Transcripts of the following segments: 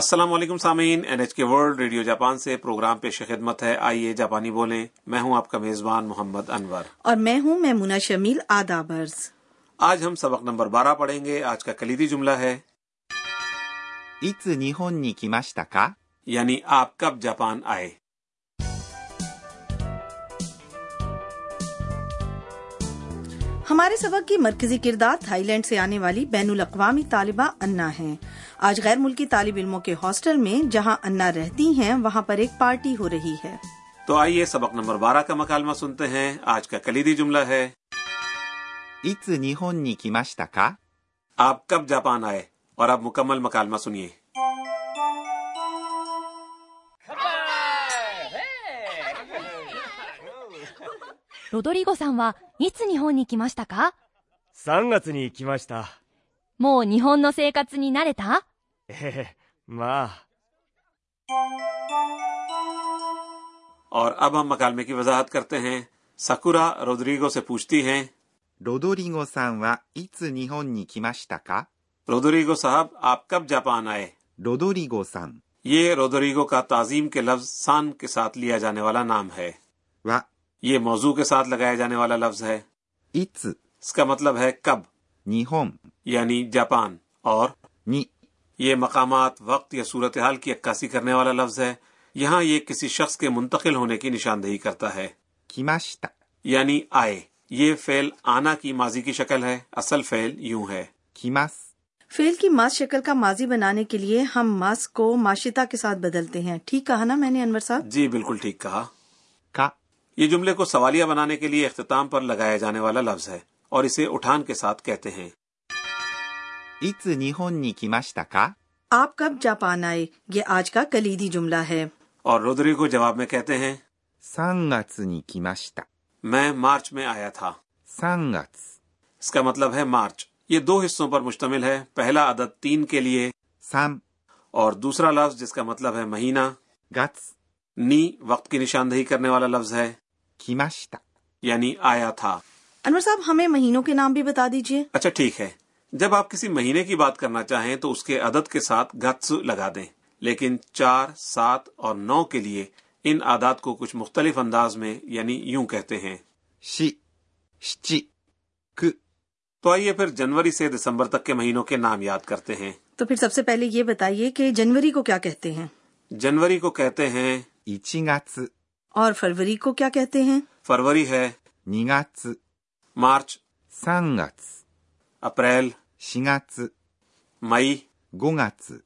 السلام علیکم سامعین N H K world radio Japan سے پروگرام پیش خدمت ہے آئیے جاپانی بولیں میں ہوں آپ کا میزبان محمد انور اور میں ہوں میمونہ شمیل آدابرز آج ہم سبق نمبر بارہ پڑھیں گے آج کا کلیدی جملہ ہے いつ日本に来ましたか یعنی آپ کب جاپان آئے ہمارے سبق کی مرکزی کردار تھائی لینڈ سے آنے والی بین الاقوامی طالبہ انا ہیں آج غیر ملکی طالب علموں کے ہاسٹل میں جہاں انا رہتی ہیں وہاں پر ایک پارٹی ہو رہی ہے تو آئیے سبق نمبر بارہ کا مکالمہ سنتے ہیں آج کا کلیدی جملہ ہے いつ日本に来ましたか آپ کب جاپان آئے اور آپ مکمل مکالمہ سنیے ロドリゴさんはいつ日本に来ましたか3月に来ました。もう日本の生活に慣れたえへへ、まあ、 اور اب ہم مکالمے کی وضاحت کرتے ہیں سکورا رودریگو سے پوچھتی ہیں ロドリゴさんはいつ日本に来ましたか رودریگو صاحب آپ کب جاپان آئے ロドリゴさん یہ رودریگو کا تعظیم کے لفظ سان کے ساتھ لیا جانے والا نام ہے は یہ موضوع کے ساتھ لگایا جانے والا لفظ ہے いつ اس کا مطلب ہے کب 日本 یعنی جاپان اور に یہ مقامات وقت یا صورتحال کی عکاسی کرنے والا لفظ ہے یہاں یہ کسی شخص کے منتقل ہونے کی نشاندہی کرتا ہے 来ました یعنی آئے یہ فعل آنا کی ماضی کی شکل ہے اصل فعل یوں ہے 来ます فیل کی ماس شکل کا ماضی بنانے کے لیے ہم ماس کو ماشتا کے ساتھ بدلتے ہیں ٹھیک کہا نا میں نے انور صاحب جی بالکل ٹھیک کہا か یہ جملے کو سوالیہ بنانے کے لیے اختتام پر لگایا جانے والا لفظ ہے اور اسے اٹھان کے ساتھ کہتے ہیں いつ日本に来ましたか آپ کب جاپان آئے یہ آج کا کلیدی جملہ ہے اور رودری کو جواب میں کہتے ہیں 3月に来ました میں مارچ میں آیا تھا 3月 اس کا مطلب ہے مارچ یہ دو حصوں پر مشتمل ہے پہلا عدد تین کے لیے 3 اور دوسرا لفظ جس کا مطلب ہے مہینہ 月 نی وقت کی نشاندہی کرنے والا لفظ ہے 来ました یعنی آیا تھا انور صاحب ہمیں مہینوں کے نام بھی بتا دیجیے اچھا ٹھیک ہے جب آپ کسی مہینے کی بات کرنا چاہیں تو اس کے عدد کے ساتھ گتس لگا دیں لیکن چار سات اور نو کے لیے ان عادات کو کچھ مختلف انداز میں یعنی یوں کہتے ہیں し七九 تو آئیے پھر جنوری سے دسمبر تک کے مہینوں کے نام یاد کرتے ہیں تو پھر سب سے پہلے یہ بتائیے کہ جنوری کو کیا کہتے ہیں جنوری کو کہتے ہیں 1月 اور فروری کو کیا کہتے ہیں فروری ہے 2月 مارچ 3月 اپریل 4月 مئی 5月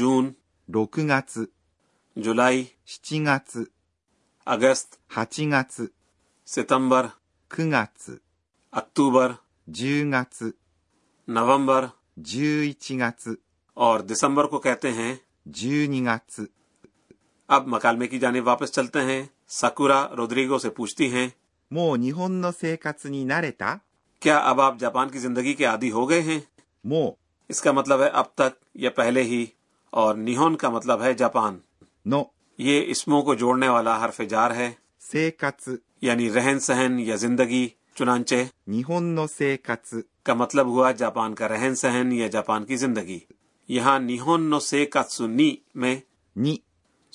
جون 6月、 جولائی 7月、 اگست 8月、 ستمبر 9月、 اکتوبر 10月、 نومبر 11月、 اور دسمبر کو کہتے ہیں 12月、 اب مکالمے کی جانب واپس چلتے ہیں سکورا رودریگو سے پوچھتی ہیں もう日本の生活に慣れた کیا اب آپ جاپان کی زندگی کے عادی ہو گئے ہیں も اس کا مطلب ہے اب تک یا پہلے ہی اور نیہون کا مطلب ہے جاپان うの یہ اسموں کو جوڑنے والا حرف جار ہے 生活、 یعنی رہن سہن یا زندگی چنانچہ 日本の生活、 کا مطلب ہوا جاپان کا رہن سہن یا جاپان کی زندگی یہاں نیہون نو سے کاتسونی میں に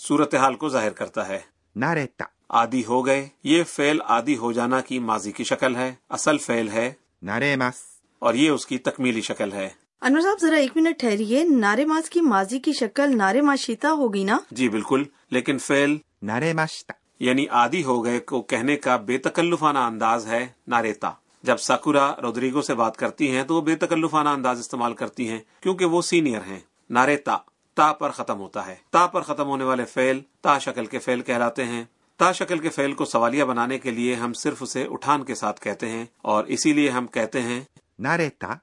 صورتحال کو ظاہر کرتا ہے 慣れた、 عادی ہو گئے یہ فعل عادی ہو جانا کی ماضی کی شکل ہے اصل فعل ہے 慣れます。 اور یہ اس کی تکمیلی شکل ہے انور صاحب ذرا ایک منٹ ٹھہریے نارے ماس کی ماضی کی شکل نارے ماشیتا ہوگی نا جی بالکل لیکن فعل 慣れました。 یعنی عادی ہو گئے کو کہنے کا بے تکلفانہ انداز ہے ناریتا جب ساکورا رودریگو سے بات کرتی ہیں تو وہ بے تکلفانہ انداز استعمال کرتی ہیں کیونکہ وہ سینئر ہیں ناریتا تا پر ختم ہوتا ہے تا پر ختم ہونے والے فعل تا شکل کے فعل کہلاتے ہیں تا شکل کے فعل کو سوالیہ بنانے کے لیے ہم صرف اسے اٹھان کے ساتھ کہتے ہیں اور اسی لیے ہم کہتے ہیں 慣れた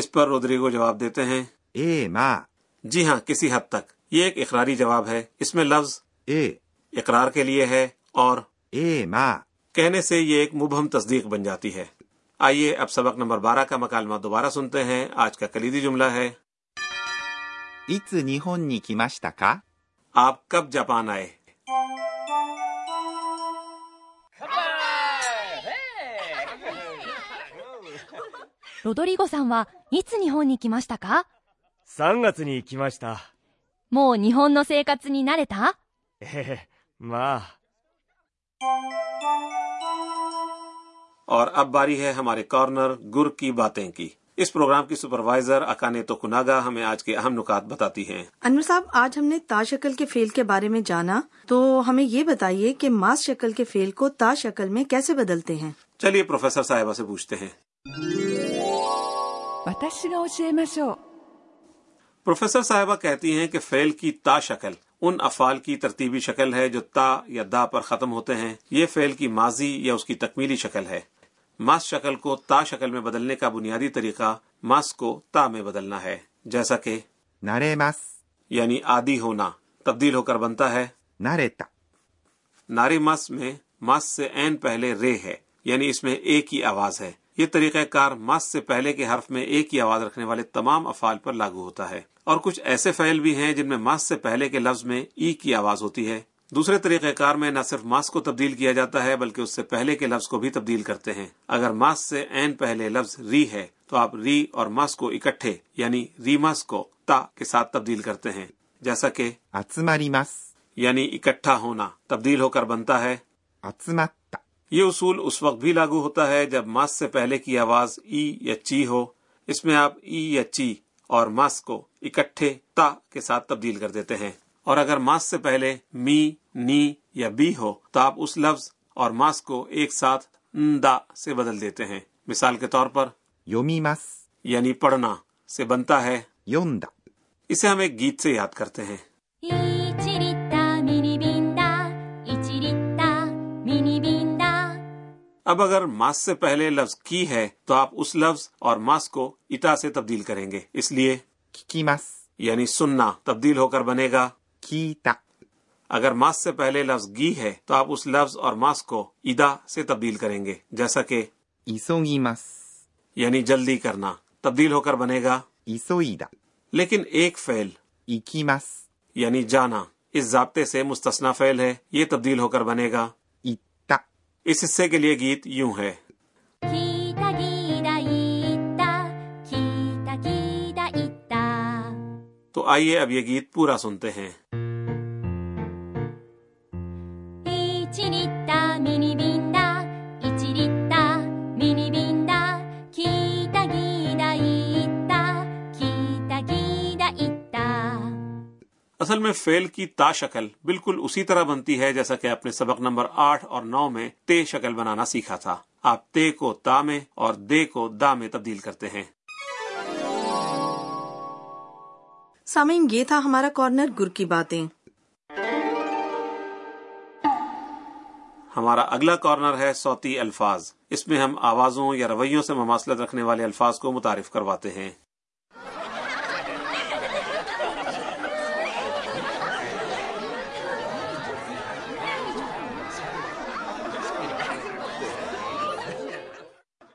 اس پر رودریگو جواب دیتے ہیں ええまあ、 جی ہاں کسی حد تک یہ ایک اقراری جواب ہے اس میں لفظ ええ、 اقرار کے لیے ہے اور ええまあ、 کہنے سے یہ ایک مبہم تصدیق بن جاتی ہے آئیے اب سبق نمبر بارہ کا مکالمہ دوبارہ سنتے ہیں آج کا کلیدی جملہ ہے いつ日本に来ましたか آپ کب جاپان آئے ロドリゴさんはいつ日本に来ましたか3月に来ました。もう日本の生活に慣れたえへへ、まあ、 اور اب باری ہے ہمارے کارنر گر کی باتیں کی اس پروگرام کی سپروائزر اکانے تو کناگا ہمیں آج کے اہم نکات بتاتی ہیں انور صاحب آج ہم نے تا شکل کے فیل کے بارے میں جانا تو ہمیں یہ بتائیے کہ ماس شکل کے فیل کو تا شکل میں کیسے بدلتے ہیں چلیے پروفیسر صاحبہ سے پوچھتے ہیں 私が教えましょう پروفیسر صاحبہ کہتی ہیں کہ فعل کی تا شکل ان افعال کی ترتیبی شکل ہے جو تا یا دا پر ختم ہوتے ہیں یہ فعل کی ماضی یا اس کی تکمیلی شکل ہے ماس شکل کو تا شکل میں بدلنے کا بنیادی طریقہ ماس کو تا میں بدلنا ہے جیسا کہ なれます。 یعنی عادی ہونا تبدیل ہو کر بنتا ہے 慣れた。 نارے مس میں مس سے این پہلے رے ہے یعنی اس میں اے کی آواز ہے یہ طریقہ کار مس سے پہلے کے حرف میں اے کی آواز رکھنے والے تمام افعال پر لاگو ہوتا ہے اور کچھ ایسے فعل بھی ہیں جن میں مس سے پہلے کے لفظ میں ای کی آواز ہوتی ہے دوسرے طریقہ کار میں نہ صرف ماس کو تبدیل کیا جاتا ہے بلکہ اس سے پہلے کے لفظ کو بھی تبدیل کرتے ہیں اگر ماس سے این پہلے لفظ ری ہے تو آپ ری اور ماس کو اکٹھے یعنی ری ماس کو تا کے ساتھ تبدیل کرتے ہیں جیسا کہ 集まります。 یعنی اکٹھا ہونا تبدیل ہو کر بنتا ہے 集まった。 یہ اصول اس وقت بھی لاگو ہوتا ہے جب ماس سے پہلے کی آواز ای یا چی ہو اس میں آپ ای یا چی اور ماس کو اکٹھے تا کے ساتھ تبدیل کر دیتے ہیں اور اگر ماس سے پہلے می نی یا بی ہو تو آپ اس لفظ اور ماس کو ایک ساتھ ن دا سے بدل دیتے ہیں مثال کے طور پر 読みます。 یعنی پڑھنا سے بنتا ہے 読んだ。 اسے ہم ایک گیت سے یاد کرتے ہیں 1リッターミニビンだ1リッターミニビンだ اب اگر ماس سے پہلے لفظ کی ہے تو آپ اس لفظ اور ماس کو اتا سے تبدیل کریں گے اس لیے 聞きます。 یعنی سننا تبدیل ہو کر بنے گا 聞いた。 اگر ماس سے پہلے لفظ گی ہے تو آپ اس لفظ اور ماس کو ادا سے تبدیل کریں گے جیسا کہ 急ぎます。 یعنی جلدی کرنا تبدیل ہو کر بنے گا 急いだ。 لیکن ایک فعل 行きます。 یعنی جانا اس ضابطے سے مستثنا فعل ہے یہ تبدیل ہو کر بنے گا 行った。 اس حصے کے لیے گیت یوں ہے 聞いた聞いた言った聞いた聞いた言った」 تو آئیے اب یہ گیت پورا سنتے ہیں 1リッターミニ瓶だ1リッターミニ瓶だ聞いた聞いた言った聞いた聞いた言った اصل میں فعل کی تا شکل بالکل اسی طرح بنتی ہے جیسا کہ آپ نے سبق نمبر آٹھ اور نو میں تے شکل بنانا سیکھا تھا آپ تے کو تا میں اور دے کو دا میں تبدیل کرتے ہیں سامعین یہ تھا ہمارا کارنر گر کی باتیں ہمارا اگلا کارنر ہے صوتی الفاظ اس میں ہم آوازوں یا رویوں سے مماثلت رکھنے والے الفاظ کو متعارف کرواتے ہیں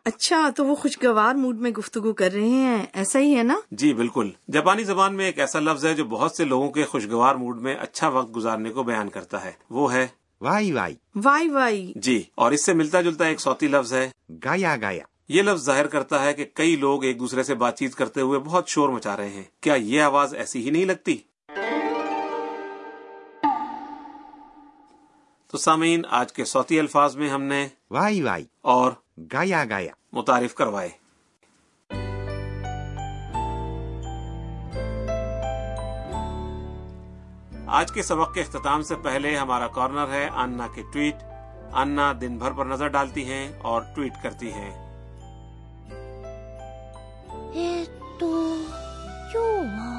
اچھا تو وہ خوشگوار موڈ میں گفتگو کر رہے ہیں ایسا ہی ہے نا جی بالکل جاپانی زبان میں ایک ایسا لفظ ہے جو بہت سے لوگوں کے خوشگوار موڈ میں اچھا وقت گزارنے کو بیان کرتا ہے وہ ہے ワイワイ。 وائی وائی جی اور اس سے ملتا جلتا ایک صوتی لفظ ہے ガヤガヤ。 یہ لفظ ظاہر کرتا ہے کہ کئی لوگ ایک دوسرے سے بات چیت کرتے ہوئے بہت شور مچا رہے ہیں کیا یہ آواز ایسی ہی نہیں لگتی تو سامعین آج کے صوتی الفاظ میں ہم نے ワイワイ。 اور ガヤガヤ。 متعارف کروائے آج کے سبق کے اختتام سے پہلے ہمارا کارنر ہے آنا کے ٹویٹ آنا دن بھر پر نظر ڈالتی ہیں اور ٹویٹ کرتی ہیں えっと今日は。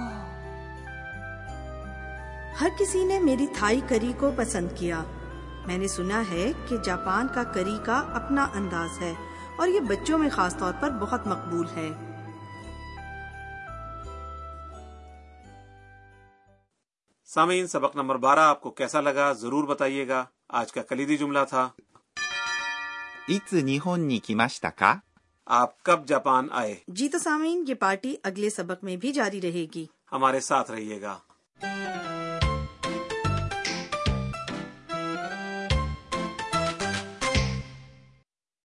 ہر کسی نے میری تھائی کری کو پسند کیا میں نے سنا ہے کہ جاپان کا کری کا اپنا انداز ہے اور یہ بچوں میں خاص طور پر بہت مقبول ہے سامعین سبق نمبر بارہ آپ کو کیسا لگا ضرور بتائیے گا آج کا کلیدی جملہ تھا いつ日本に来ましたか آپ کب جاپان آئے جی تو سامعین یہ پارٹی اگلے سبق میں بھی جاری رہے گی ہمارے ساتھ رہیے گا